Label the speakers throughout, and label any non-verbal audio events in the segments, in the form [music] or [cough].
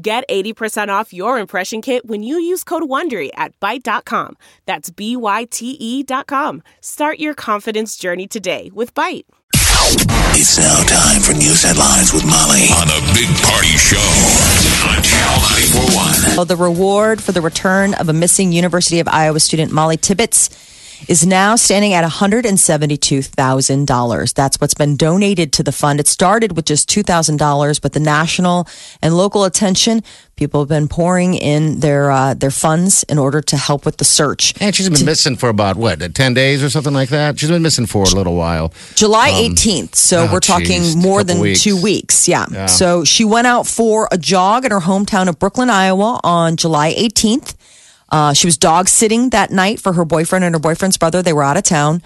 Speaker 1: Get 80% off your impression kit when you use code WONDERY at Byte.com. That's B-Y-T-E E dot com. Start your confidence journey today with Byte.
Speaker 2: It's now time for news headlines with Molly on the Big Party Show on Channel 941.
Speaker 3: Well, Oh, the reward for the return of a missing University of Iowa student, Molly Tibbetts, is now standing at $172,000. That's what's been donated to the fund. It started with just $2,000, but the national and local attention, people have been pouring in their, uh, their funds in order to help with the search.
Speaker 4: And Eh, she's been missing for about what, uh, ten days or something like that. She's been missing for a little while.
Speaker 3: July 18th. So
Speaker 4: oh,
Speaker 3: we're talking
Speaker 4: geez,
Speaker 3: more
Speaker 4: couple
Speaker 3: than
Speaker 4: weeks.
Speaker 3: two weeks. Yeah. So she went out for a jog in her hometown of Brooklyn, Iowa on July 18th. Uh, she was dog sitting that night for her boyfriend and her boyfriend's brother. They were out of town.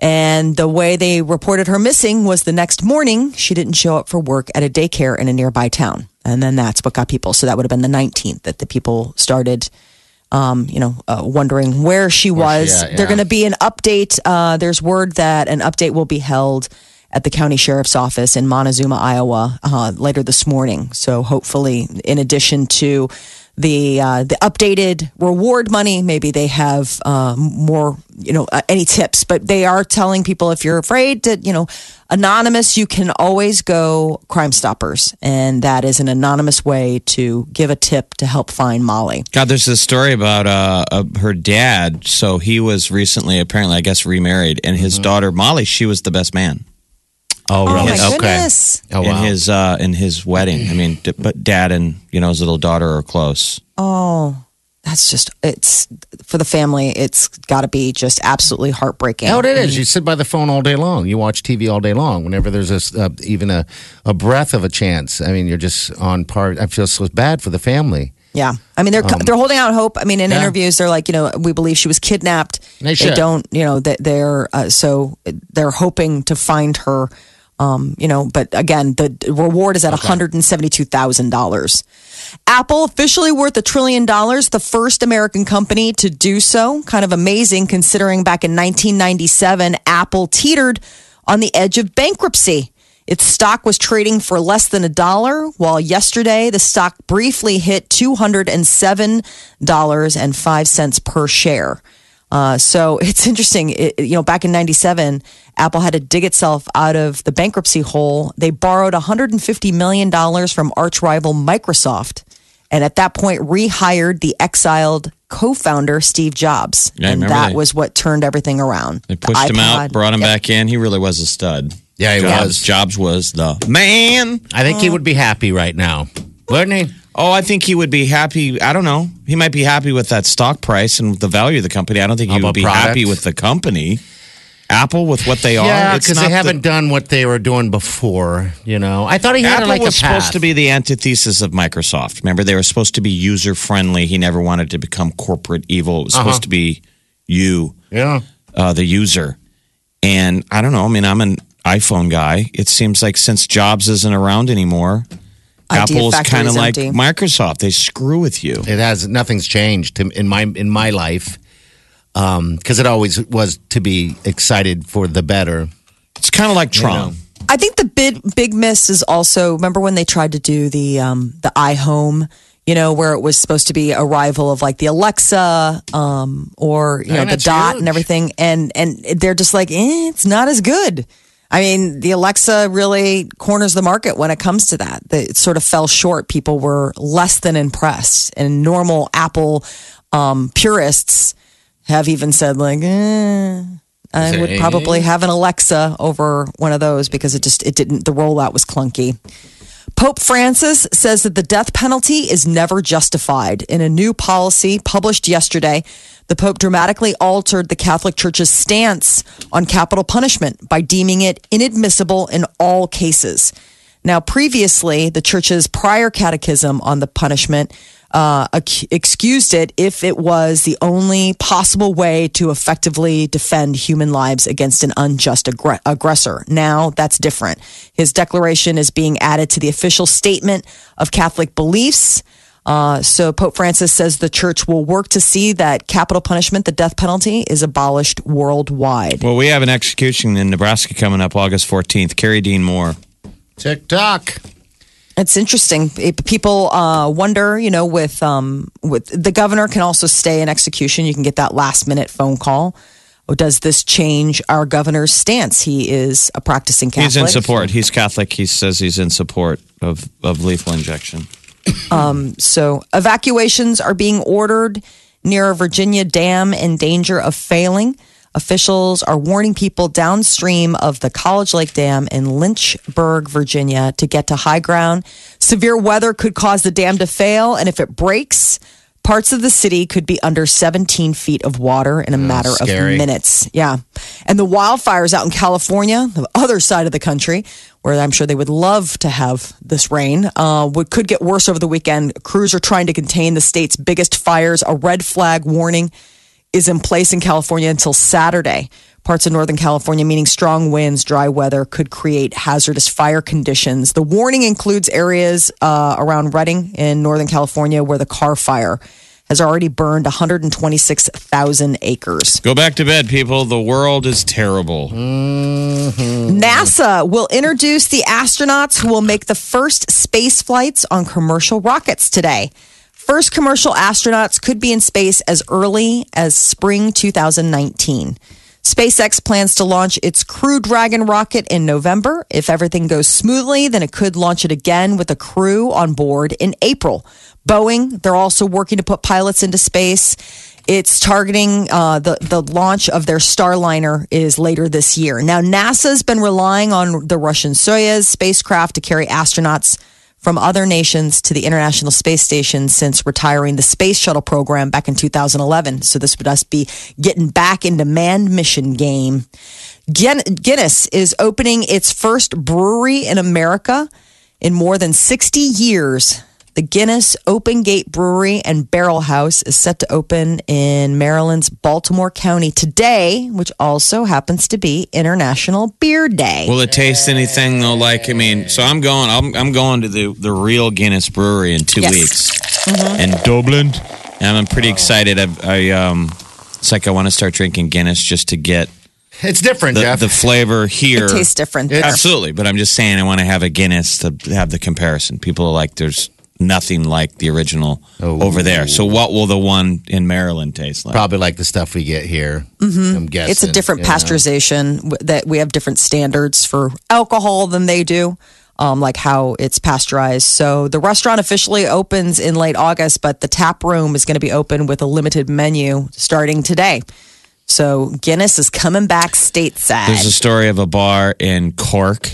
Speaker 3: And the way they reported her missing was the next morning, she didn't show up for work at a daycare in a nearby town. And then that's what got people. So that would have been the 19th that the people started um, you know, uh, wondering where she was.
Speaker 4: at,
Speaker 3: They're
Speaker 4: yeah.
Speaker 3: going to be an update. Uh, there's word that an update will be held at the county sheriff's office in Montezuma, Iowa, uh, later this morning. So hopefully, in addition to the uh, the updated reward money, maybe they have uh, more, you know, uh, any tips. But they are telling people if you're afraid to, you know, anonymous, you can always go Crime Stoppers, and that is an anonymous way to give a tip to help find Molly.
Speaker 5: God, there's this story about uh, uh, her dad. So he was recently, apparently, I guess, remarried, and his
Speaker 4: Mm-hmm.
Speaker 5: daughter Molly, she was the best man
Speaker 4: Oh,
Speaker 3: Oh my
Speaker 5: Yes. Okay.
Speaker 3: goodness.
Speaker 4: Oh, wow.
Speaker 5: in his uh, in his wedding. I mean, d- but dad and you know his little daughter are close.
Speaker 3: Oh, that's just it's for the family. It's got to be just absolutely heartbreaking.
Speaker 4: No, Oh, it is. You sit by the phone all day long. You watch TV all day long. Whenever there's a, s- uh, even a, a breath of a chance, I mean, you're just on par. I feel so bad for the family.
Speaker 3: Yeah, I mean they're they're holding out hope. I mean in
Speaker 4: Um, Yeah.
Speaker 3: interviews they're like you know we believe she was kidnapped.
Speaker 4: They should.
Speaker 3: don't you know that they're uh, so they're hoping to find her. Um, you know, but again, the d- reward is at $172,000. Apple officially worth a trillion dollars, the first American company to do so. Kind of amazing considering back in 1997, Apple teetered on the edge of bankruptcy. Its stock was trading for less than a dollar, while yesterday the stock briefly hit $207.05 per share. Uh, so [laughs] it's interesting. It, you know, back in 97, Apple had to dig itself out of the bankruptcy hole. They borrowed $150 million from arch rival Microsoft. And at that point, rehired the exiled co founder, Steve Jobs.
Speaker 5: Yeah, I
Speaker 3: and
Speaker 5: remember
Speaker 3: that
Speaker 5: they-
Speaker 3: was what turned everything around.
Speaker 5: They
Speaker 3: The
Speaker 5: pushed him out,
Speaker 3: iPod.
Speaker 5: brought him back in. He really was a stud.
Speaker 4: Yeah, he
Speaker 5: Jobs,
Speaker 4: was.
Speaker 5: Jobs was the man.
Speaker 4: I think
Speaker 3: Oh.
Speaker 4: he would be happy right now, wouldn't he?
Speaker 5: Oh, I think he would be happy. I don't know. He might be happy with that stock price and the value of the company. I don't think he
Speaker 4: Of a
Speaker 5: would be
Speaker 4: product.
Speaker 5: happy with the company. Apple with what they are.
Speaker 4: Yeah,
Speaker 5: It's
Speaker 4: because
Speaker 5: not
Speaker 4: they
Speaker 5: the-
Speaker 4: haven't done what they were doing before. You know, I thought he had
Speaker 5: Apple
Speaker 4: like
Speaker 5: was
Speaker 4: a path.
Speaker 5: supposed to be the antithesis of Microsoft. Remember, they were supposed to be user friendly. He never wanted to become corporate evil. It was
Speaker 4: Uh-huh.
Speaker 5: supposed to be you,
Speaker 4: Yeah.
Speaker 5: uh, the user. And I don't know. I mean, I'm an iPhone guy. It seems like since Jobs isn't around anymore,
Speaker 3: Idea
Speaker 5: Apple's
Speaker 3: factory
Speaker 5: kind of
Speaker 3: is
Speaker 5: like
Speaker 3: empty.
Speaker 5: Microsoft. They screw with you.
Speaker 4: It has nothing's changed to- in my in my life because it always was to be excited for the better.
Speaker 5: It's kind of like Tron.
Speaker 3: I think the big big miss is also remember when they tried to do the um, the iHome, you know, where it was supposed to be a rival of like the Alexa um, or you know
Speaker 4: And
Speaker 3: the
Speaker 4: it's
Speaker 3: dot and
Speaker 4: huge.
Speaker 3: everything, and and they're just like eh, it's not as good. I mean, the Alexa really corners the market when it comes to that. That It sort of fell short. People were less than impressed, and normal Apple um, purists have even said like. Eh, I
Speaker 4: Is
Speaker 3: would
Speaker 4: it-
Speaker 3: probably have an Alexa over one of those because it just it didn't the rollout was clunky. Pope Francis says that the death penalty is never justified. In a new policy published yesterday, the Pope dramatically altered the Catholic Church's stance on capital punishment by deeming it inadmissible in all cases. Now, previously, the church's prior catechism on the punishment uh, ac- excused it if it was the only possible way to effectively defend human lives against an unjust aggre- aggressor. Now, that's different. His declaration is being added to the official statement of Catholic beliefs. Uh, so Pope Francis says the church will work to see that capital punishment, the death penalty, is abolished worldwide.
Speaker 5: Well, we have an execution in Nebraska coming up August 14th. Carrie Dean Moore.
Speaker 4: TikTok.
Speaker 3: It's interesting. It- people uh, wonder, you know, with um, with the governor can also stay in execution. You can get that last minute phone call. Or does this change our governor's stance? He is a practicing Catholic.
Speaker 5: He's in support. He's Catholic. He says he's in support of, of lethal injection.
Speaker 3: So evacuations are being ordered near a Virginia dam in danger of failing. Officials are warning people downstream of the College Lake Dam in Lynchburg, Virginia, to get to high ground. Severe weather could cause the dam to fail, and if it breaks, parts of the city could be under 17 feet of water in a matter
Speaker 4: scary.
Speaker 3: of minutes. Yeah. And the wildfires out in California, the other side of the country, where I'm sure they would love to have this rain, uh, would, could get worse over the weekend. Crews are trying to contain the state's biggest fires. A red flag warning is in place in California until Saturday. Parts of Northern California, meaning strong winds, dry weather, could create hazardous fire conditions. The warning includes areas uh, around Redding in Northern California where the car fire has already burned 126,000 acres.
Speaker 5: Go back to bed, people. The world is terrible.
Speaker 3: NASA will introduce the astronauts who will make the first space flights on commercial rockets today. First commercial astronauts could be in space as early as spring 2019. SpaceX plans to launch its Crew Dragon rocket in November. If everything goes smoothly, then it could launch it again with a crew on board in April. Boeing, they're also working to put pilots into space. It's targeting uh, the the launch of their Starliner is later this year. Now NASA's been relying on the Russian Soyuz spacecraft to carry astronauts from other nations to the International Space Station since retiring the space shuttle program back in 2011. So this would us be getting back into manned mission game. Guin- Guinness is opening its first brewery in America in more than 60 years. The Guinness Open Gate Brewery and Barrel House is set to open in Maryland's Baltimore County today, which also happens to be International Beer Day.
Speaker 5: Will it taste anything though? Like, I mean, so I'm going. I'm, I'm going to the the real Guinness Brewery in two
Speaker 3: Yes. Mm-hmm.
Speaker 5: weeks in Dublin, and I'm pretty excited. I've, I um, it's like I want to start drinking Guinness just to get
Speaker 4: It's different,
Speaker 5: the,
Speaker 4: Jeff.
Speaker 5: the flavor here.
Speaker 3: it tastes different. there.
Speaker 5: Absolutely, but I'm just saying I want to have a Guinness to have the comparison. People are like, there's nothing like the original over there. So what will the one in Maryland taste like?
Speaker 4: Probably like the stuff we get here. Mm-hmm. I'm guessing
Speaker 3: It's a different
Speaker 4: you know.
Speaker 3: pasteurization w that we have different standards for alcohol than they do, um, like how it's pasteurized. So the restaurant officially opens in late August, but the tap room is going to be open with a limited menu starting today. So Guinness is coming back stateside.
Speaker 5: There's a story of a bar in Cork,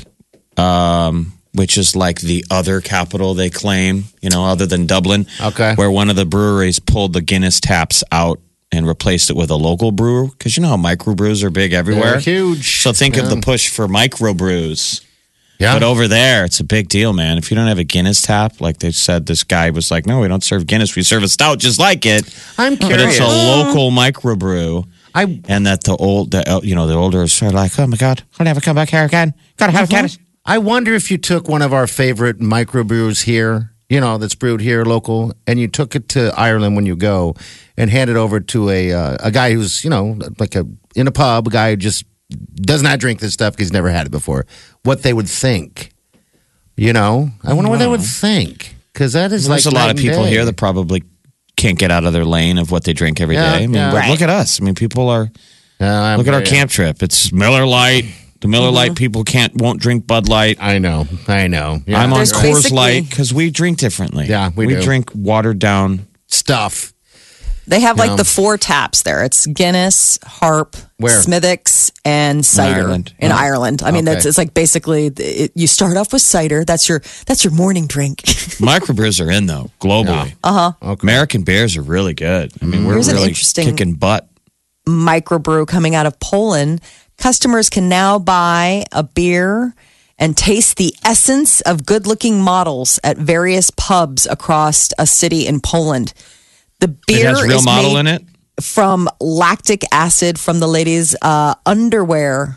Speaker 5: um, which is like the other capital they claim, you know, other than Dublin.
Speaker 4: Okay.
Speaker 5: Where one of the breweries pulled the Guinness taps out and replaced it with a local brewer. Because you know how microbrews are big everywhere.
Speaker 4: They're huge.
Speaker 5: So think of the
Speaker 4: Yeah.
Speaker 5: push for microbrews.
Speaker 4: Yeah.
Speaker 5: But over there, it's a big deal, man. If you don't have a Guinness tap, like they said, this guy was like, no, we don't serve Guinness. We serve a stout just like it.
Speaker 4: I'm
Speaker 5: But it's
Speaker 4: curious.
Speaker 5: a local microbrew
Speaker 4: I
Speaker 5: and that the old, the, uh, you know, the older are like, oh my god, I'll never come back here again. Gotta
Speaker 4: Uh-huh.
Speaker 5: have a Guinness.
Speaker 4: I wonder if you took one of our favorite microbrews here, you know, that's brewed here local, and you took it to Ireland when you go, and handed over to a uh, a guy who's you know like a in a pub, a guy who just does not drink this stuff because he's never had it before. What they would think, you know? I wonder what they would think because that is like
Speaker 5: There's a lot
Speaker 4: night
Speaker 5: of
Speaker 4: and
Speaker 5: people
Speaker 4: day.
Speaker 5: here that probably can't get out of their lane of what they drink every day.
Speaker 4: Yeah,
Speaker 5: I mean,
Speaker 4: yeah.
Speaker 5: but look at us. I mean, people are
Speaker 4: Uh, I'm
Speaker 5: look at our
Speaker 4: very-
Speaker 5: camp trip. It's Miller Light. The Miller
Speaker 4: Mm-hmm.
Speaker 5: Light people can't won't drink Bud Light.
Speaker 4: uh, I know, I know. Yeah,
Speaker 5: I'm on
Speaker 3: There's
Speaker 5: Coors
Speaker 3: basically-
Speaker 5: Light because we drink differently.
Speaker 4: Yeah, we do.
Speaker 5: drink watered down.
Speaker 4: stuff.
Speaker 3: They have like the four taps there. It's Guinness, Harp,
Speaker 4: Where?
Speaker 3: Smithwick's, and cider in Ireland.
Speaker 5: Ireland.
Speaker 3: I mean, that's
Speaker 4: Okay.
Speaker 3: it's like basically it, you start off with cider. That's your that's your morning drink. [laughs]
Speaker 5: Microbrews are in though globally. Uh
Speaker 4: Uh-huh.
Speaker 5: huh. American beers are really good. I mean, we're
Speaker 3: Here's an
Speaker 5: really
Speaker 3: interesting-
Speaker 5: kicking butt.
Speaker 3: microbrew coming out of Poland. Customers can now buy a beer and taste the essence of good looking models at various pubs across a city in Poland. The
Speaker 5: It
Speaker 3: beer
Speaker 5: has real
Speaker 3: is
Speaker 5: model
Speaker 3: made
Speaker 5: in it.
Speaker 3: from lactic acid from the ladies' uh, underwear.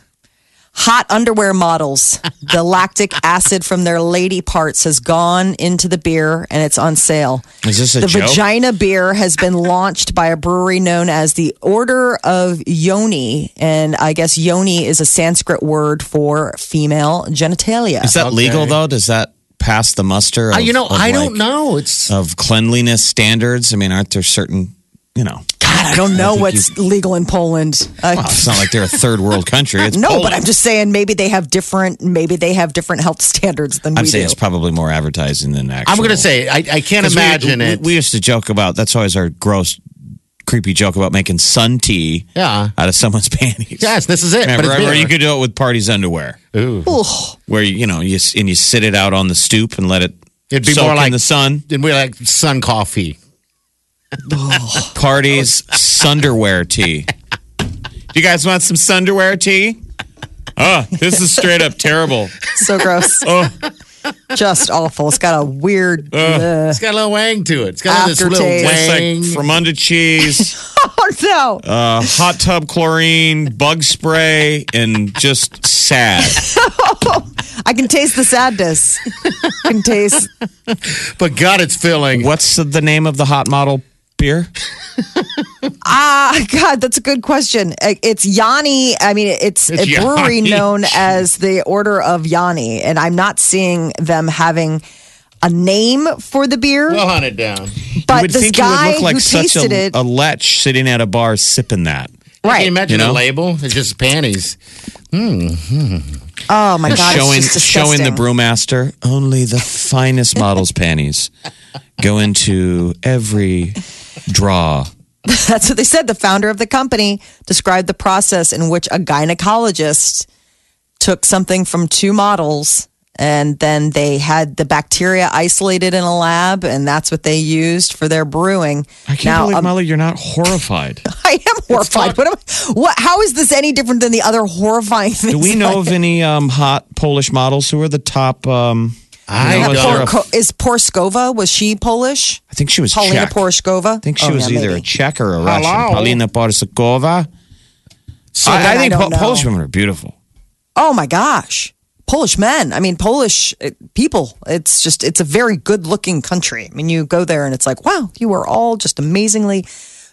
Speaker 3: Hot underwear
Speaker 5: [laughs]
Speaker 3: models. The lactic acid from their lady parts has gone into the beer and it's on sale.
Speaker 5: Is this a
Speaker 3: the
Speaker 5: joke?
Speaker 3: vagina beer has been launched by a brewery known as the Order of Yoni. And I guess yoni is a Sanskrit word for female genitalia.
Speaker 5: Is that legal though? Does that pass the muster? Of,
Speaker 4: Uh, you know,
Speaker 5: of,
Speaker 4: I don't
Speaker 5: like,
Speaker 4: know. It's
Speaker 5: of cleanliness standards. I mean, aren't there certain? You know,
Speaker 3: God, I don't know what's legal in Poland. I-
Speaker 5: well, it's not like they're a third
Speaker 4: [laughs]
Speaker 5: world country. It's
Speaker 3: no,
Speaker 5: Poland.
Speaker 3: but I'm just saying maybe they have different maybe they have different health standards than
Speaker 5: I'm
Speaker 3: we
Speaker 5: saying
Speaker 3: do.
Speaker 5: it's probably more advertising than actual.
Speaker 4: I'm going to say I, I can't
Speaker 5: 'Cause we-
Speaker 4: imagine
Speaker 5: we,
Speaker 4: it.
Speaker 5: We, used to joke about that's always our gross, creepy joke about making sun tea
Speaker 4: Yeah.
Speaker 5: out of someone's [laughs] panties.
Speaker 4: yes, this is it.
Speaker 5: Remember,
Speaker 4: but it's
Speaker 5: or
Speaker 4: beer.
Speaker 5: you could do it with parties underwear,
Speaker 3: Ugh.
Speaker 5: where you know you s- and you sit it out on the stoop and let it
Speaker 4: It'd be
Speaker 5: soak
Speaker 4: more
Speaker 5: in
Speaker 4: like-
Speaker 5: the sun.
Speaker 4: and we're like sun coffee.
Speaker 5: Parties sunderwear tea. Do you guys want some sunderwear tea? Oh, this is straight up terrible.
Speaker 3: so
Speaker 5: [laughs]
Speaker 3: gross.
Speaker 5: Oh.
Speaker 3: Just awful. It's got a weird
Speaker 5: Oh.
Speaker 4: It's got a little wang to it. It's got this little
Speaker 3: Aftertaste.
Speaker 5: It's
Speaker 4: wang.
Speaker 5: like from under cheese,
Speaker 3: [laughs] Oh no.
Speaker 5: uh, hot tub chlorine, bug spray, and just sad.
Speaker 3: I can taste the sadness. I can taste
Speaker 4: but God, it's filling.
Speaker 5: What's the name of the hot model beer?
Speaker 3: Ah [laughs] God, that's a good question. Uh, It's Yanni. I mean it's, a
Speaker 5: It's
Speaker 3: brewery
Speaker 5: Yanni. [laughs]
Speaker 3: known as the Order of Yanni, and I'm not seeing them having a name for the beer.
Speaker 4: We'll hunt it down.
Speaker 5: you
Speaker 3: but
Speaker 5: would
Speaker 3: this
Speaker 5: think
Speaker 3: guy
Speaker 5: you would look like
Speaker 3: who
Speaker 5: such
Speaker 3: tasted
Speaker 5: a,
Speaker 3: it
Speaker 5: a lech sitting at a bar sipping that.
Speaker 4: Can you
Speaker 3: right.
Speaker 4: imagine
Speaker 5: You know?
Speaker 4: a label? It's just panties.
Speaker 3: Oh my God.
Speaker 5: showing
Speaker 3: it's just
Speaker 5: showing the
Speaker 3: disgusting.
Speaker 5: brewmaster only the finest models panties go into every draw.
Speaker 3: That's what they said. The founder of the company described the process in which a gynecologist took something from two models and then they had the bacteria isolated in a lab and that's what they used for their brewing.
Speaker 5: I can't
Speaker 3: now,
Speaker 5: believe
Speaker 3: um,
Speaker 5: Molly, you're not
Speaker 3: [laughs]
Speaker 5: horrified.
Speaker 3: I am horrified. What, am I, what how is this any different than the other horrifying things?
Speaker 5: Do we know of any um, hot Polish models who are the top? Um,
Speaker 4: I
Speaker 5: you know,
Speaker 3: That
Speaker 5: is
Speaker 4: don't-
Speaker 5: there a-
Speaker 3: poor Ko- is Porskova, was she Polish?
Speaker 5: I think she was
Speaker 3: Paulina Oh,
Speaker 5: Czech.
Speaker 3: Porskova?
Speaker 5: I think she was either a Czech or a Russian.
Speaker 4: Hello?
Speaker 5: Paulina Porskova.
Speaker 3: So then
Speaker 5: I, I think
Speaker 3: don't
Speaker 5: Po-
Speaker 3: know.
Speaker 5: Polish women are beautiful.
Speaker 3: Oh my gosh. Polish men. I mean, Polish uh, people. It's just, it's a very good looking country. I mean, you go there and it's like, wow, you are all just amazingly.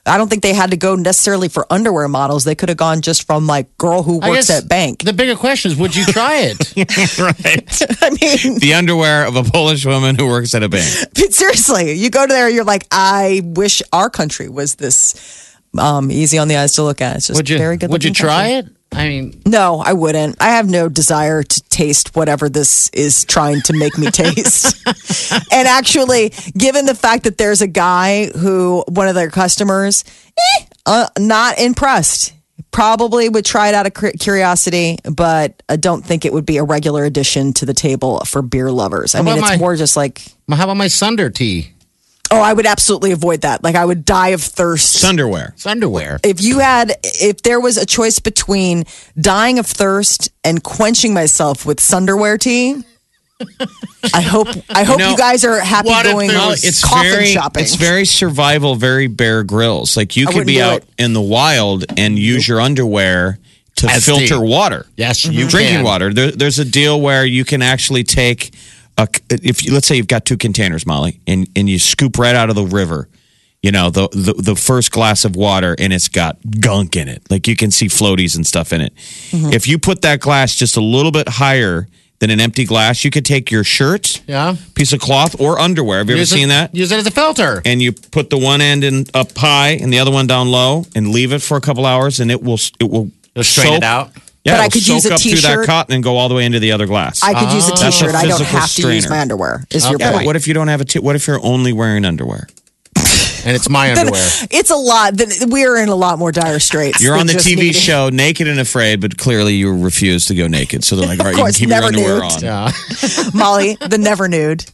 Speaker 3: I don't think they had to go necessarily for underwear models. They could have gone just from like girl who
Speaker 4: I
Speaker 3: works
Speaker 4: guess
Speaker 3: at bank.
Speaker 4: The bigger question is, would you
Speaker 3: [laughs]
Speaker 4: try it?
Speaker 5: right.
Speaker 3: I mean,
Speaker 5: The underwear of a [laughs] Polish woman who works at a bank.
Speaker 3: but seriously, you go there, you're like, I wish our country was this um, easy on the eyes to look at. It's just
Speaker 4: Would you?
Speaker 3: very good.
Speaker 4: would you
Speaker 3: looking
Speaker 4: try it? I mean,
Speaker 3: No, I wouldn't. I have no desire to taste whatever this is trying to
Speaker 4: [laughs]
Speaker 3: make me taste. and actually, given the fact that there's a guy who, one of their customers, eh, uh, not impressed. Probably would try it out of cur- curiosity, but I don't think it would be a regular addition to the table for beer lovers. I mean,
Speaker 4: about
Speaker 3: it's
Speaker 4: my-
Speaker 3: more just like,
Speaker 4: how about my sunder tea?
Speaker 3: oh, I would absolutely avoid that. Like, I would die of thirst.
Speaker 5: Underwear.
Speaker 4: It's underwear.
Speaker 3: if you had if there was a choice between dying of thirst and quenching myself with sunderwear
Speaker 5: [laughs]
Speaker 3: tea I hope I hope you,
Speaker 5: know,
Speaker 3: guys are happy
Speaker 4: what if
Speaker 3: going
Speaker 4: there was-
Speaker 5: It's
Speaker 3: coffin
Speaker 5: very,
Speaker 3: shopping.
Speaker 5: it's very survival, very Bear grills. Like you
Speaker 3: I
Speaker 5: could
Speaker 3: wouldn't
Speaker 5: be
Speaker 3: do
Speaker 5: out
Speaker 3: it.
Speaker 5: in the wild and use your underwear to
Speaker 4: As
Speaker 5: filter
Speaker 4: tea.
Speaker 5: water.
Speaker 4: Yes,
Speaker 3: Mm-hmm.
Speaker 4: you
Speaker 5: drinking
Speaker 4: can.
Speaker 5: water. There, there's a deal where you can actually take a if you, let's say you've got two containers, Molly, and and you scoop right out of the river. You know the, the the first glass of water, and it's got gunk in it. Like you can see floaties and stuff in it.
Speaker 3: Mm-hmm.
Speaker 5: If you put that glass just a little bit higher than an empty glass, you could take your shirt,
Speaker 4: Yeah.
Speaker 5: piece of cloth, or underwear. Have you ever
Speaker 4: Use it-
Speaker 5: seen that?
Speaker 4: Use it as a filter.
Speaker 5: and you put the one end in up high and the other one down low and leave it for a couple hours and it will it will
Speaker 4: It'll strain
Speaker 5: soak-
Speaker 4: it out.
Speaker 5: Yeah,
Speaker 3: But I
Speaker 5: it'll
Speaker 3: could use
Speaker 5: soak
Speaker 3: a
Speaker 5: up through that
Speaker 3: t-shirt.
Speaker 5: cotton and go all the way into the other glass.
Speaker 4: Uh,
Speaker 3: I could use a
Speaker 5: Ah, That's a
Speaker 3: t-shirt. I don't
Speaker 5: physical
Speaker 3: have to use
Speaker 5: strainer.
Speaker 3: my underwear. Is your
Speaker 5: yeah, but
Speaker 3: point?
Speaker 5: what if you don't have a t- what if you're only wearing underwear?
Speaker 4: And it's my
Speaker 3: Then
Speaker 4: underwear.
Speaker 3: it's a lot. Then We're in a lot more dire straits.
Speaker 5: You're
Speaker 3: than
Speaker 5: on the
Speaker 3: just
Speaker 5: TV
Speaker 3: needing- [laughs]
Speaker 5: show naked and afraid, but clearly you refuse to
Speaker 3: [laughs]
Speaker 5: go naked. So they're like, all right, you
Speaker 4: [laughs]
Speaker 5: can
Speaker 3: course,
Speaker 5: keep your
Speaker 3: never
Speaker 5: underwear
Speaker 3: nude.
Speaker 5: on.
Speaker 4: Yeah.
Speaker 3: Molly, the never nude.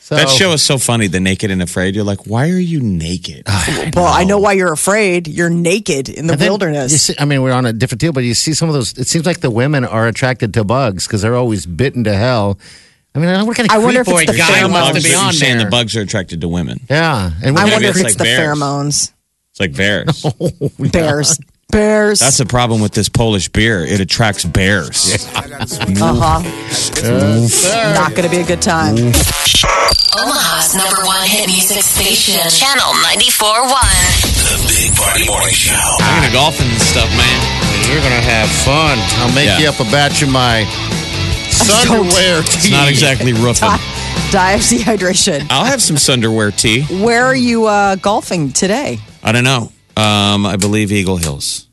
Speaker 4: So
Speaker 5: That show is so funny, The Naked and Afraid. You're like, why are you naked?
Speaker 4: Ah,
Speaker 3: Well, I know why you're afraid. You're naked in the
Speaker 4: And then
Speaker 3: wilderness.
Speaker 4: you see- I mean, we're on a different deal, but you see some of those. It seems like the women are attracted to bugs because they're always bitten to hell. I mean, I don't know what kind of
Speaker 3: I wonder if
Speaker 4: creep
Speaker 3: it's
Speaker 4: boy
Speaker 3: the
Speaker 4: guy
Speaker 5: Saying
Speaker 3: pheromones.
Speaker 4: must
Speaker 5: bugs
Speaker 4: be
Speaker 5: are-
Speaker 4: on
Speaker 5: you're saying
Speaker 4: there.
Speaker 5: the bugs are attracted to women.
Speaker 4: yeah, and
Speaker 3: I
Speaker 5: Maybe
Speaker 3: wonder if
Speaker 5: it's
Speaker 3: it's
Speaker 5: like
Speaker 3: the
Speaker 5: bears.
Speaker 3: pheromones.
Speaker 4: [laughs]
Speaker 5: It's like bears.
Speaker 3: Bears. Bears.
Speaker 5: That's the problem with this Polish beer. It attracts bears.
Speaker 3: uh-huh. Not going to be a good time.
Speaker 6: Omaha's number one hit music station, Channel 94.1.
Speaker 2: The Big Party Morning Show.
Speaker 5: I'm gonna golf and stuff, man.
Speaker 4: You're gonna have fun. I'll make
Speaker 5: Yeah.
Speaker 4: you up a batch of my sunwear tea.
Speaker 5: It's not [laughs] exactly roofing.
Speaker 3: Die of [laughs] dehydration.
Speaker 5: I'll have some Sunderwear tea.
Speaker 3: Where are you uh, golfing today?
Speaker 5: I don't know. Um, I believe Eagle Hills.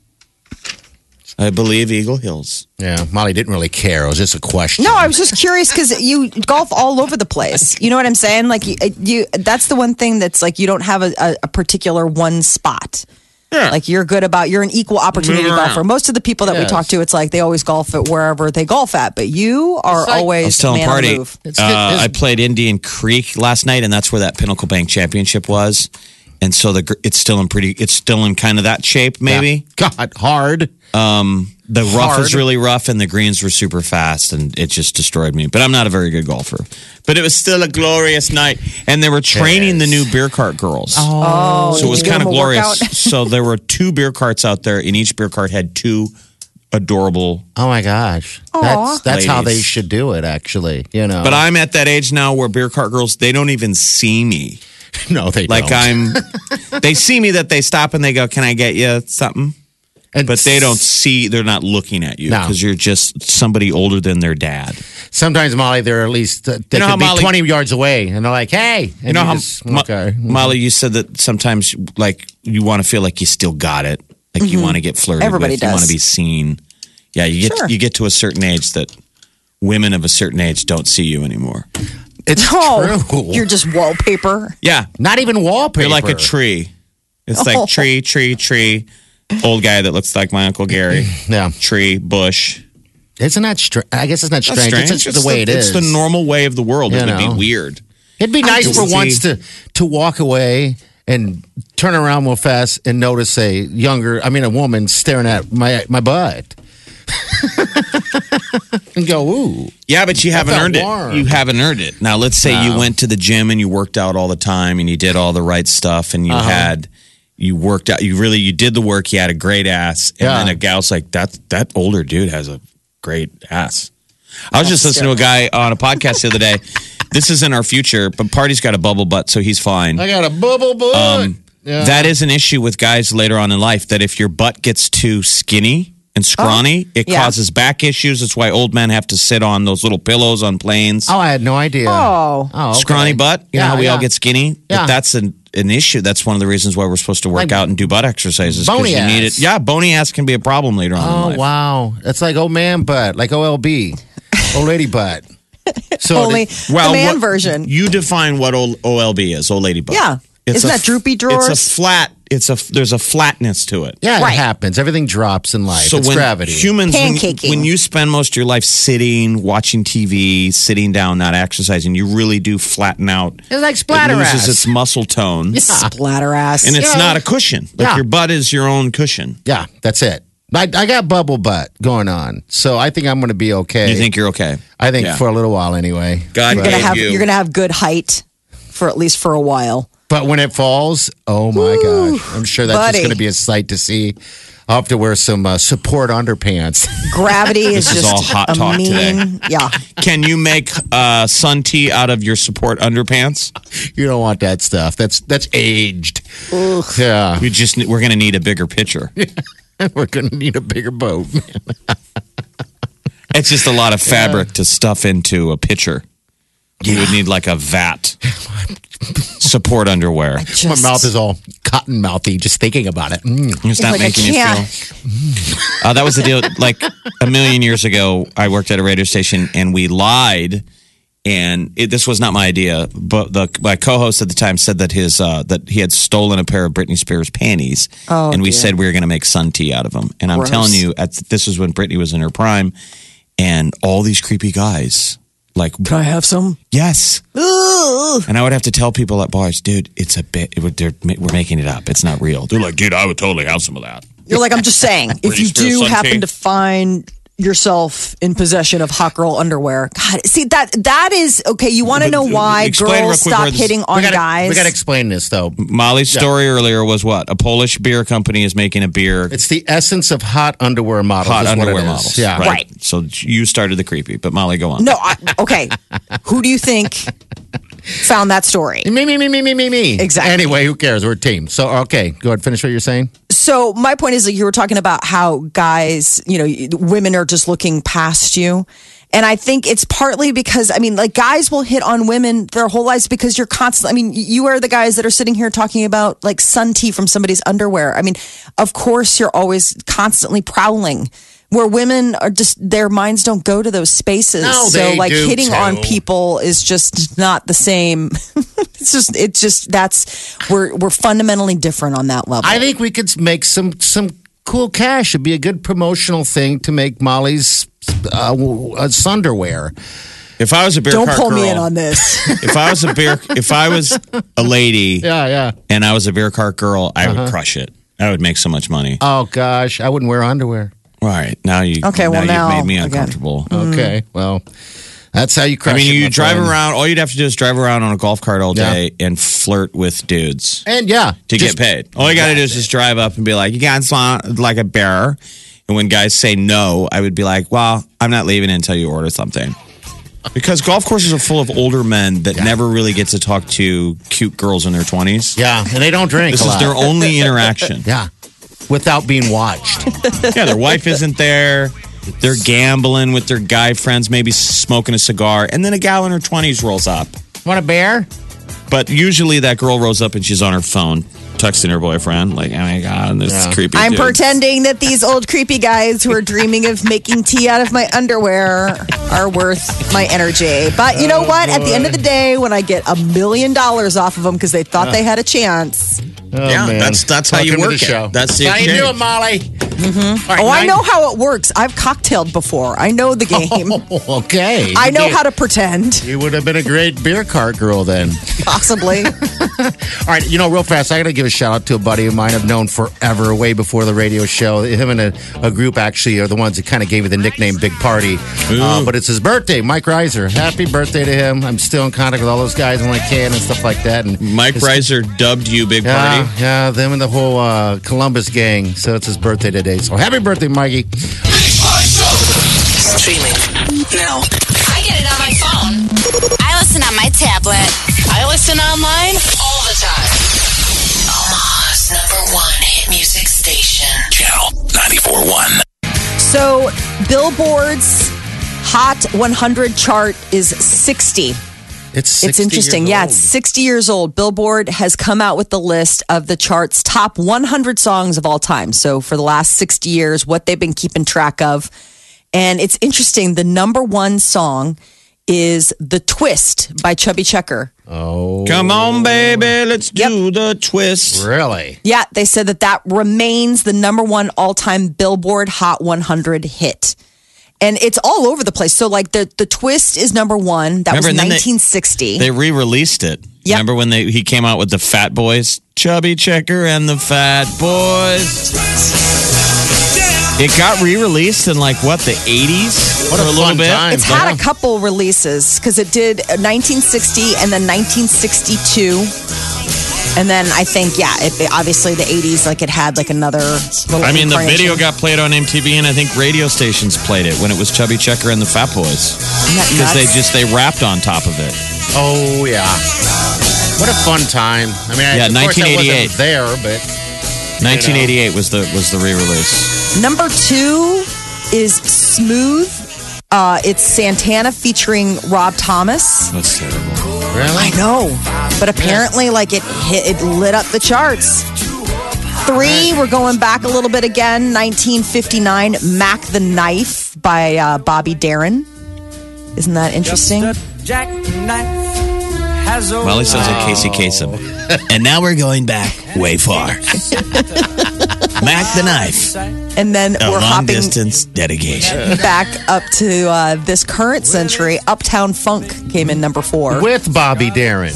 Speaker 5: I believe Eagle Hills.
Speaker 4: Yeah, Molly didn't really care. It was just a question.
Speaker 3: No, I was just curious because you golf all over the place. You know what I'm saying? Like you, you that's the one thing that's like you don't have a, a, a particular one spot.
Speaker 5: Yeah.
Speaker 3: Like you're good about you're an equal opportunity
Speaker 5: Move around.
Speaker 3: golfer. Most of the people that we
Speaker 4: Yes.
Speaker 3: talk to, it's like they always golf at wherever they golf at, but you are
Speaker 4: like-
Speaker 3: always
Speaker 5: I was telling
Speaker 3: man on the
Speaker 5: Party,
Speaker 3: move. [laughs]
Speaker 4: It's
Speaker 5: uh,
Speaker 4: good-
Speaker 5: I played Indian Creek last night, and that's where that Pinnacle Bank Championship was. And so the gr- it's still in pretty, it's still in kind of that shape, maybe.
Speaker 4: God, hard.
Speaker 5: The rough
Speaker 4: Hard.
Speaker 5: is really rough, and the greens were super fast, and it just destroyed me. But I'm not a very good golfer. But it was still a glorious night, and they were training the new beer cart girls.
Speaker 3: Oh,
Speaker 5: so it was
Speaker 3: did you
Speaker 5: kind
Speaker 3: give them a
Speaker 5: of glorious.
Speaker 3: workout? [laughs]
Speaker 5: so there were two beer carts out there, and each beer cart had two adorable.
Speaker 4: Oh my gosh, that's that's how they
Speaker 5: Ladies.
Speaker 4: should do it. Actually, you know.
Speaker 5: But I'm at that age now where beer cart girls they don't even see me.
Speaker 4: [laughs] no, they
Speaker 5: Like
Speaker 4: don't. [laughs]
Speaker 5: I'm, they see me that they stop and they go, "Can I get you something?"
Speaker 4: And
Speaker 5: But they don't see. They're not looking at you
Speaker 4: No.
Speaker 5: because you're just somebody older than their dad.
Speaker 4: Sometimes Molly, they're at least uh, they
Speaker 5: know how
Speaker 4: could be
Speaker 5: Molly-
Speaker 4: twenty yards away, and they're like, "Hey," and
Speaker 5: You Mm-hmm. know how
Speaker 4: just
Speaker 5: Mo-
Speaker 4: walk out.
Speaker 5: Molly, you said that sometimes like you want to feel like you still got it, like you want to get flirted
Speaker 3: Mm-hmm. Everybody
Speaker 5: with, you want
Speaker 3: does.
Speaker 5: to be seen. Yeah, you get
Speaker 3: Sure.
Speaker 5: you get to a certain age that women of a certain age don't see you anymore.
Speaker 4: It's
Speaker 3: Oh,
Speaker 4: true.
Speaker 3: [laughs] you're just wallpaper.
Speaker 5: Yeah,
Speaker 4: not even wallpaper.
Speaker 5: you're like a tree. It's
Speaker 3: Oh.
Speaker 5: like tree, tree, tree. Old guy that looks like my
Speaker 3: [laughs]
Speaker 5: uncle Gary.
Speaker 4: Yeah,
Speaker 5: Tree, bush.
Speaker 4: isn't that strange? I guess it's not
Speaker 5: That's
Speaker 4: strange. It's just the way it
Speaker 5: it's
Speaker 4: is.
Speaker 5: the normal way of the world.
Speaker 4: You
Speaker 5: it would
Speaker 4: know.
Speaker 5: be weird.
Speaker 4: It'd be nice
Speaker 5: just
Speaker 4: for
Speaker 5: see-
Speaker 4: once to to walk away and turn around real fast and notice a younger, I mean, a woman staring at my my butt, [laughs] and go, "Ooh,
Speaker 5: Yeah, but you haven't
Speaker 4: felt
Speaker 5: earned
Speaker 4: warm.
Speaker 5: it. You haven't earned it. Now, let's say you went to the gym and you worked out all the time and you did all the right stuff and you
Speaker 4: Uh-huh.
Speaker 5: had you worked out. You really you did the work. You had a great ass, and
Speaker 4: Yeah.
Speaker 5: then a gal's like that. That older dude has a great ass. I was just listening to a guy on a podcast the
Speaker 4: [laughs]
Speaker 5: other day. This is in our future, but Party's got a bubble butt, so he's fine.
Speaker 4: I got a bubble butt." yeah.
Speaker 5: Um, That is an issue with guys later on in life that if your butt gets too skinny and
Speaker 4: Oh,
Speaker 5: scrawny, it
Speaker 3: yeah.
Speaker 5: causes back issues. That's why old men have to sit on those little pillows on planes.
Speaker 4: oh, I had no idea.
Speaker 3: Oh.
Speaker 4: oh okay.
Speaker 5: Scrawny butt. You know
Speaker 4: Yeah,
Speaker 5: how we all
Speaker 4: yeah.
Speaker 5: get skinny?
Speaker 4: Yeah.
Speaker 5: If that's an, an issue, that's one of the reasons why we're supposed to work
Speaker 4: Like
Speaker 5: out and do butt exercises. 'cause
Speaker 4: bony
Speaker 5: you need
Speaker 4: ass.
Speaker 5: it. Yeah, bony ass can be a problem later on in
Speaker 4: Oh
Speaker 5: life.
Speaker 4: wow, that's like old man butt, like
Speaker 5: [laughs]
Speaker 4: OLB, old lady butt. So
Speaker 3: Only
Speaker 4: did-
Speaker 5: Oh, Well,
Speaker 3: the man
Speaker 5: what-
Speaker 3: version.
Speaker 5: You define what old OLB is, old lady butt.
Speaker 3: Yeah. Isn't that droopy
Speaker 5: It's
Speaker 3: drawers?
Speaker 5: a flat. It's a there's a flatness to it.
Speaker 4: yeah,
Speaker 3: Right.
Speaker 4: it happens. Everything drops in life.
Speaker 5: So
Speaker 4: it's
Speaker 5: when
Speaker 4: gravity.
Speaker 5: humans, when you,
Speaker 3: Pancaking.
Speaker 5: when you spend most of your life sitting, watching TV, sitting down, not exercising, you really do flatten out.
Speaker 4: It's like splatter
Speaker 5: It loses
Speaker 4: ass.
Speaker 5: its muscle tone,
Speaker 3: Splatter ass.
Speaker 5: and it's
Speaker 4: Yeah.
Speaker 5: not a cushion. Like
Speaker 4: Yeah.
Speaker 5: your butt is your own cushion.
Speaker 4: yeah, that's it. I, I got bubble butt going on, so I think I'm going to be okay.
Speaker 5: You think you're okay?
Speaker 4: I think
Speaker 5: Yeah.
Speaker 4: for a little while anyway.
Speaker 5: God
Speaker 3: you're
Speaker 5: gave
Speaker 3: gonna have
Speaker 5: you.
Speaker 3: you're gonna have good height for at least for a while.
Speaker 4: But when it falls, oh my gosh, I'm sure that's
Speaker 3: buddy.
Speaker 4: just going to be a sight to see. I'll have to wear some uh, support underpants. [laughs]
Speaker 3: Gravity is
Speaker 5: This is
Speaker 3: just
Speaker 5: all hot
Speaker 3: a
Speaker 5: talk
Speaker 3: mean.
Speaker 5: today. [laughs]
Speaker 3: Yeah,
Speaker 5: Can you make uh, sun tea out of your support underpants?
Speaker 4: you don't want that stuff. That's that's aged. Yeah, [laughs]
Speaker 5: We just ne- we're gonna need a bigger pitcher.
Speaker 4: we're going to need a bigger boat.
Speaker 5: It's just a lot of fabric to stuff into a pitcher. You would need like a
Speaker 4: [laughs]
Speaker 5: vat support underwear.
Speaker 3: just,
Speaker 4: My mouth is all cotton mouthy just thinking about it. Mm.
Speaker 5: It's not
Speaker 3: like, I
Speaker 5: making you
Speaker 3: can't.
Speaker 5: feel. Uh, that was the deal. Like a million years ago, I worked at a radio station and we lied. And it, this was not my idea, but the, my co-host at the time said that his uh, that he had stolen a pair of Britney Spears panties,
Speaker 3: Oh,
Speaker 5: and we
Speaker 3: dear.
Speaker 5: said we were going to make sun tea out of them. And I'm
Speaker 3: Gross.
Speaker 5: telling you, at, this was when Britney was in her prime, and all these creepy guys Like,
Speaker 3: Can I have some?
Speaker 5: yes.
Speaker 3: Ooh.
Speaker 5: And I would have to tell people at bars, dude, it's a bit, it would, they're, we're making it up. It's not real. They're like, dude, I would totally have some of that.
Speaker 3: You're like, I'm just
Speaker 5: [laughs]
Speaker 3: saying, if you
Speaker 5: British
Speaker 3: do
Speaker 5: Spears
Speaker 3: happen
Speaker 5: suntan.
Speaker 3: to find yourself in possession of hot girl underwear, God, see that that is okay. You want to know why
Speaker 5: Explain real
Speaker 3: girls
Speaker 5: quick
Speaker 3: stop
Speaker 5: where this-
Speaker 3: hitting on
Speaker 4: we gotta,
Speaker 3: guys?
Speaker 4: We got to explain this though.
Speaker 5: Molly's story earlier was what? A Polish beer company is making a beer.
Speaker 4: It's the essence of hot underwear models.
Speaker 5: hot
Speaker 4: is what it
Speaker 5: underwear
Speaker 4: is.
Speaker 5: models.
Speaker 4: Yeah.
Speaker 5: Right.
Speaker 3: Right.
Speaker 5: So you started the creepy, but Molly, go on.
Speaker 3: no, I, okay. Who do you
Speaker 5: [laughs]
Speaker 3: think found that story?
Speaker 4: Me, me, me, me, me, me, me.
Speaker 3: Exactly.
Speaker 4: Anyway, who cares? We're a team. So, okay, go ahead. Finish what you're saying.
Speaker 3: So my point is that you were talking about how guys, you know, women are just looking past you. And I think it's partly because, I mean, like guys will hit on women their whole lives because you're constantly, I mean, you are the guys that are sitting here talking about like sun tea from somebody's underwear. I mean, of course you're always constantly prowling where women are just, their minds don't go to those spaces.
Speaker 4: No,
Speaker 3: so
Speaker 4: they
Speaker 3: like
Speaker 4: do
Speaker 3: hitting on
Speaker 4: too.
Speaker 3: people is just not the same. [laughs] it's just, it's just, that's, we're, we're fundamentally different on that level.
Speaker 4: I think we could make some some cool cash. It'd be a good promotional thing to make Molly's uh, w- uh, sunderwear.
Speaker 5: If I was a beer
Speaker 3: Don't
Speaker 5: cart
Speaker 3: pull me
Speaker 5: girl-
Speaker 3: in on
Speaker 5: [laughs]
Speaker 3: this.
Speaker 5: If I was a
Speaker 3: [laughs]
Speaker 5: beer, if I was a lady
Speaker 4: Yeah, yeah.
Speaker 5: and I was a beer cart girl, I
Speaker 3: Uh-huh.
Speaker 5: would crush it. I would make so much money.
Speaker 4: Oh gosh, I wouldn't wear underwear.
Speaker 5: All right, now you.
Speaker 3: Okay, well, now,
Speaker 5: you've made me
Speaker 3: again. Mm.
Speaker 5: uncomfortable.
Speaker 4: Okay, well, that's how you crush.
Speaker 5: I mean,
Speaker 4: it,
Speaker 5: you
Speaker 4: my
Speaker 5: drive
Speaker 4: friend.
Speaker 5: around. All you'd have to do is drive around on a golf cart all
Speaker 4: Yeah.
Speaker 5: day and flirt with dudes
Speaker 4: and yeah,
Speaker 5: to
Speaker 4: just-
Speaker 5: get paid. All you got to do is just drive up and be like, "You guys want like a beer?" And when guys say no, I would be like, "Well, I'm not leaving until you order something." Because golf courses are full of older men that never really get to talk to cute girls in their 20s.
Speaker 4: Yeah, and they don't drink.
Speaker 5: This
Speaker 4: a
Speaker 5: is
Speaker 4: lot.
Speaker 5: their
Speaker 4: [laughs]
Speaker 5: only interaction.
Speaker 4: yeah, without being watched.
Speaker 5: Yeah, their wife isn't there. They're gambling with their guy friends, maybe smoking a cigar, and then a gal in her twenties rolls up.
Speaker 4: [laughs] Want a bear?
Speaker 5: But usually that girl rolls up and she's on her phone texting her boyfriend, like, "Oh my god, this is creepy."
Speaker 3: I'm
Speaker 5: dude."
Speaker 3: pretending that these old creepy guys who are dreaming of making tea out of my underwear are worth my energy. But you know
Speaker 5: Oh,
Speaker 3: what? At the end of the day, when I get a million dollars off of them because they thought they had a chance.
Speaker 4: Oh,
Speaker 5: Yeah, that's- that's how you
Speaker 4: Welcome to
Speaker 5: work
Speaker 4: the
Speaker 5: it.
Speaker 4: show.
Speaker 5: That's the
Speaker 4: how you do
Speaker 5: exchange.
Speaker 4: it, Molly. All right,
Speaker 3: Oh, I
Speaker 4: nine- [laughs]
Speaker 3: know how it works. I've cocktailed before. I know the game.
Speaker 4: Oh, okay,
Speaker 3: I know how to
Speaker 5: [laughs]
Speaker 3: pretend,
Speaker 4: You would have been a great beer cart girl then.
Speaker 3: possibly.
Speaker 4: All right, you know, real fast, I got to give a shout out to a buddy of mine I've known forever, way before the radio show. Him and a, a group actually are the ones that kind of gave me the nickname Big Party. Uh, but it's his birthday, Mike Reiser. Happy birthday to him. I'm still in contact with all those guys when I can and stuff like that. And
Speaker 5: Mike
Speaker 4: it's-
Speaker 5: Reiser dubbed you Big
Speaker 4: Yeah,
Speaker 5: Party.
Speaker 4: yeah, them and the whole uh, Columbus gang. So it's his birthday today. So happy birthday, Mikey.
Speaker 7: Streaming now.
Speaker 6: I get it on my phone. I listen on my tablet.
Speaker 7: I listen online all the time. Omaha's number one hit music station.
Speaker 2: Channel 94.1.
Speaker 3: So, Billboard's Hot 100 chart is 60.
Speaker 4: It's 60
Speaker 3: It's interesting.
Speaker 4: years
Speaker 3: Yeah,
Speaker 4: old.
Speaker 3: it's 60 years old. Billboard has come out with the list of the chart's top 100 songs of all time. So for the last 60 years, what they've been keeping track of. And it's interesting. The number one song is The Twist by Chubby Checker.
Speaker 5: Come on, baby, let's do the twist.
Speaker 4: really.
Speaker 3: Yeah, they said that that remains the number one all time Billboard Hot 100 hit. And it's all over the place. So, like, the, the twist is number one. That
Speaker 5: Remember,
Speaker 3: was
Speaker 5: and then they-
Speaker 3: 1960.
Speaker 5: They re-released it.
Speaker 3: Yep.
Speaker 5: Remember when they he came out with the Fat Boys, Chubby Checker and the Fat Boys. It got re-released in like what the eighties?
Speaker 4: What a
Speaker 5: for a little
Speaker 4: fun
Speaker 5: bit.
Speaker 4: time.
Speaker 3: It's had a couple releases because it did 1960 and then 1962. And then I think, yeah, it, it- obviously the 80s, like it had like another little.
Speaker 5: I mean, the video
Speaker 3: incarnation.
Speaker 5: got played on MTV, and I think radio stations played it when it was Chubby Checker and the Fat Boys
Speaker 3: Isn't that
Speaker 5: because they
Speaker 3: nuts?
Speaker 5: just they rapped on top of it.
Speaker 4: Oh, yeah. What a fun time. I mean, I-
Speaker 5: Yeah,
Speaker 4: of course I
Speaker 5: 1988.
Speaker 4: wasn't there, but.
Speaker 5: 1988 was the was the re-release.
Speaker 3: Number two is Smooth. Uh, it's Santana featuring Rob Thomas.
Speaker 5: That's terrible.
Speaker 3: I
Speaker 4: Really?
Speaker 3: know, but apparently, like it hit, it lit up the charts. Three, we're going back a little bit again. 1959, "Mac the Knife" by uh, Bobby Darin. Isn't that interesting?
Speaker 5: Molly
Speaker 3: Oh. [laughs]
Speaker 5: sounds like Casey Kasem. and now we're going back way far. Mac the knife.
Speaker 3: And then
Speaker 5: A
Speaker 3: we're
Speaker 5: long
Speaker 3: hopping
Speaker 5: distance dedication.
Speaker 3: [laughs] back up to uh, this current century. Uptown Funk came in number four.
Speaker 4: with Bobby Darin.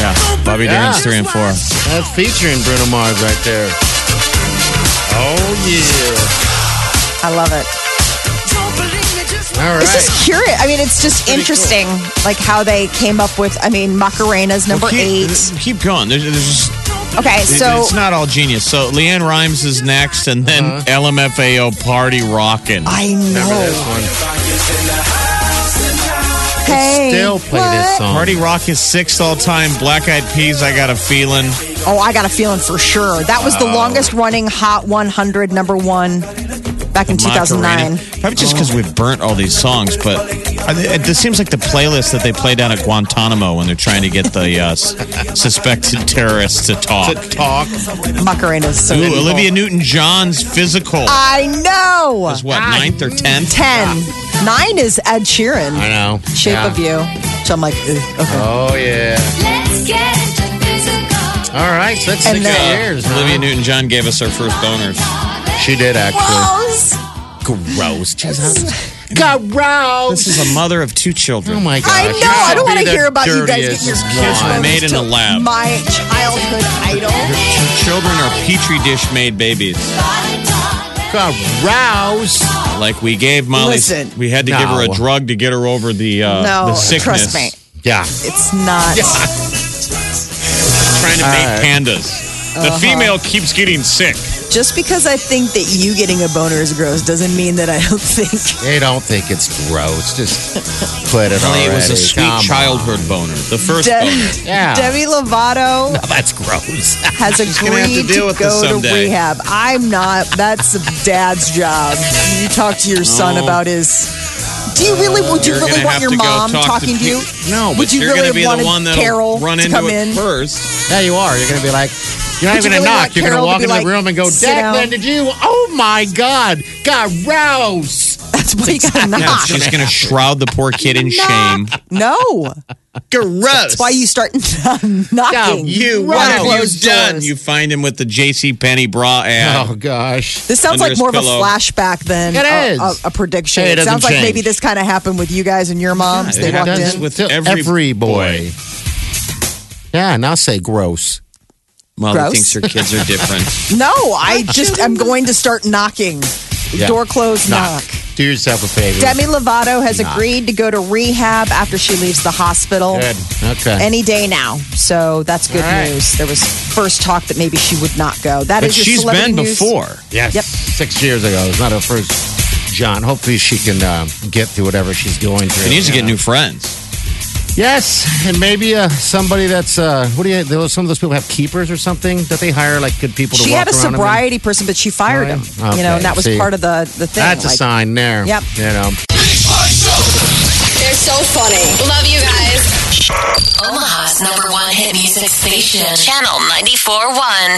Speaker 5: Yeah. Bobby
Speaker 4: Yeah.
Speaker 5: Darin's three and four.
Speaker 4: That's featuring Bruno Mars right there. Oh
Speaker 3: I love it.
Speaker 4: yeah! All
Speaker 3: It's
Speaker 4: right.
Speaker 3: just curious. I mean, it's just interesting, like how they came up with. I mean, Macarena's number
Speaker 5: keep,
Speaker 3: eight.
Speaker 5: Keep going. There's, there's,
Speaker 3: Okay,
Speaker 5: it-
Speaker 3: so
Speaker 5: it's not all genius. So Leanne Rhymes is next, and then LMFAO Party Rockin'.
Speaker 3: Uh-huh. I know.
Speaker 4: This one.
Speaker 3: Hey,
Speaker 4: Still play this
Speaker 3: what?
Speaker 4: song.
Speaker 5: Party Rock is sixth all time. Black Eyed Peas, I got a feeling.
Speaker 3: Oh, I got a feeling for sure. That was
Speaker 5: Oh.
Speaker 3: the longest running Hot 100 number one back in 2009.
Speaker 5: Macarena. Probably just because we've burnt all these songs, but I- it this seems like the playlist that they play down at Guantanamo when they're trying to get the uh, s- suspected terrorists to talk.
Speaker 4: Talk.
Speaker 3: Macarena's so
Speaker 5: Ooh,
Speaker 3: cool.
Speaker 5: Olivia Newton John's physical
Speaker 3: I know.
Speaker 5: was what, ninth or tenth?
Speaker 3: 10. Nine is Ed Sheeran.
Speaker 4: I know.
Speaker 3: Shape
Speaker 4: Yeah.
Speaker 3: of You. So I'm like, ugh, okay.
Speaker 4: Oh yeah. All right. So that's
Speaker 3: And
Speaker 4: six
Speaker 3: then-
Speaker 4: years. huh?
Speaker 5: Olivia Newton John gave us her first boners.
Speaker 4: She did actually.
Speaker 3: Gross.
Speaker 4: Gross. Jesus. Got roused.
Speaker 5: This is a mother of two
Speaker 4: Oh
Speaker 5: children.
Speaker 4: my gosh.
Speaker 3: I know.
Speaker 4: You
Speaker 3: I don't
Speaker 4: should
Speaker 3: want
Speaker 4: be
Speaker 3: to
Speaker 4: the
Speaker 3: hear about you guys getting
Speaker 4: dirtiest
Speaker 3: your
Speaker 4: one.
Speaker 3: kids
Speaker 5: Made
Speaker 3: rose
Speaker 5: in
Speaker 3: to
Speaker 5: a lab.
Speaker 3: My childhood idol.
Speaker 5: Children are petri dish made babies.
Speaker 4: Got roused.
Speaker 5: Like we gave Molly,
Speaker 3: Listen.
Speaker 5: we had to give her a
Speaker 4: No.
Speaker 5: drug to get her over the uh,
Speaker 3: No,
Speaker 5: the sickness.
Speaker 3: trust me,
Speaker 4: Yeah.
Speaker 3: it's not.
Speaker 5: Trying to make
Speaker 4: right.
Speaker 5: pandas.
Speaker 3: Uh-huh.
Speaker 5: The female keeps getting sick.
Speaker 3: Just because I think that you getting a boner is gross doesn't mean that I don't [laughs] think.
Speaker 4: They don't think it's gross. Just put
Speaker 5: [laughs]
Speaker 4: it
Speaker 5: Molly,
Speaker 4: already.
Speaker 5: it was a sweet
Speaker 4: Come on.
Speaker 5: childhood boner. The first
Speaker 3: De-
Speaker 5: boner. [laughs]
Speaker 4: Yeah.
Speaker 3: Debbie Lovato
Speaker 4: That's gross.
Speaker 3: has
Speaker 5: gonna have to
Speaker 3: agreed to,
Speaker 5: deal with this
Speaker 3: go to
Speaker 5: someday.
Speaker 3: rehab. I'm not. That's a dad's job. You talk to your son
Speaker 5: No.
Speaker 3: about his. Do you really? Would you
Speaker 5: Oh. You're
Speaker 3: really
Speaker 5: gonna
Speaker 3: want
Speaker 5: have
Speaker 3: your
Speaker 5: to go
Speaker 3: mom
Speaker 5: talk to
Speaker 3: talking to, you?
Speaker 5: pe- No, but
Speaker 3: Would you
Speaker 5: you're
Speaker 3: really
Speaker 5: going to be
Speaker 3: wanted
Speaker 5: the one that'll
Speaker 3: Carol
Speaker 5: run
Speaker 3: to
Speaker 5: into
Speaker 3: come
Speaker 5: it
Speaker 3: in?
Speaker 5: first.
Speaker 4: Yeah, you are. You're going to be like, you're not
Speaker 3: Would you
Speaker 4: even going to
Speaker 3: really
Speaker 4: knock.
Speaker 3: want
Speaker 4: You're going to
Speaker 3: Carol to
Speaker 4: walk
Speaker 3: be
Speaker 4: into
Speaker 3: like,
Speaker 4: the room and go,
Speaker 3: "Sit down."
Speaker 4: Declan, did you? Oh my God, got roused.
Speaker 3: [laughs] That's what he's not.
Speaker 5: No, she's going to shroud the poor kid in shame.
Speaker 3: No.
Speaker 5: Gross.
Speaker 3: That's why you start [laughs] knocking.
Speaker 5: You,
Speaker 3: on
Speaker 5: what have you
Speaker 3: closed
Speaker 5: done?
Speaker 3: doors.
Speaker 5: You find him with the J.C. Penny bra ad.
Speaker 4: Oh gosh.
Speaker 3: This sounds
Speaker 5: under
Speaker 3: like
Speaker 5: his
Speaker 3: more of
Speaker 5: pillow.
Speaker 3: a flashback than
Speaker 4: It
Speaker 3: a,
Speaker 4: is.
Speaker 3: a- a prediction.
Speaker 4: Hey, it
Speaker 3: it
Speaker 4: doesn't
Speaker 3: sounds like maybe
Speaker 4: change.
Speaker 3: this kind of happened with you guys and your moms. they
Speaker 5: it
Speaker 3: walked
Speaker 5: happens
Speaker 3: in.
Speaker 5: with
Speaker 4: to
Speaker 5: every
Speaker 4: boy. Yeah, now say gross.
Speaker 5: Molly
Speaker 3: Gross.
Speaker 5: thinks her kids are
Speaker 3: [laughs]
Speaker 5: different.
Speaker 3: no, I just am going to start knocking.
Speaker 4: Yeah.
Speaker 3: Door closed, knock.
Speaker 4: Do yourself a favor.
Speaker 3: Demi Lovato has agreed to go to rehab after she leaves the hospital.
Speaker 4: Good. Okay.
Speaker 3: Any day now, so that's good
Speaker 4: All right.
Speaker 3: news. There was first talk that maybe she would not go. That
Speaker 5: But
Speaker 3: is your
Speaker 5: she's
Speaker 3: celebrity
Speaker 5: been
Speaker 3: news.
Speaker 5: before.
Speaker 4: yes.
Speaker 3: Yep.
Speaker 4: Six years ago. It's not her first. John, hopefully she can uh, get through whatever she's going through.
Speaker 5: She needs to
Speaker 4: you
Speaker 5: get
Speaker 4: know.
Speaker 5: new friends.
Speaker 4: Yes, and maybe uh, somebody that's uh, what do you? Those, some of those people have keepers or something that they hire like good people. to
Speaker 3: She
Speaker 4: walk
Speaker 3: had a
Speaker 4: around them in?
Speaker 3: sobriety person, but she fired him.
Speaker 4: Okay,
Speaker 3: You know, and that was
Speaker 4: see.
Speaker 3: part of the the thing.
Speaker 4: That's a
Speaker 3: like-
Speaker 4: sign there.
Speaker 3: Yep.
Speaker 4: You know.
Speaker 7: They're so funny.
Speaker 6: Love you guys.
Speaker 7: Omaha's number one hit music station. Channel 94.1.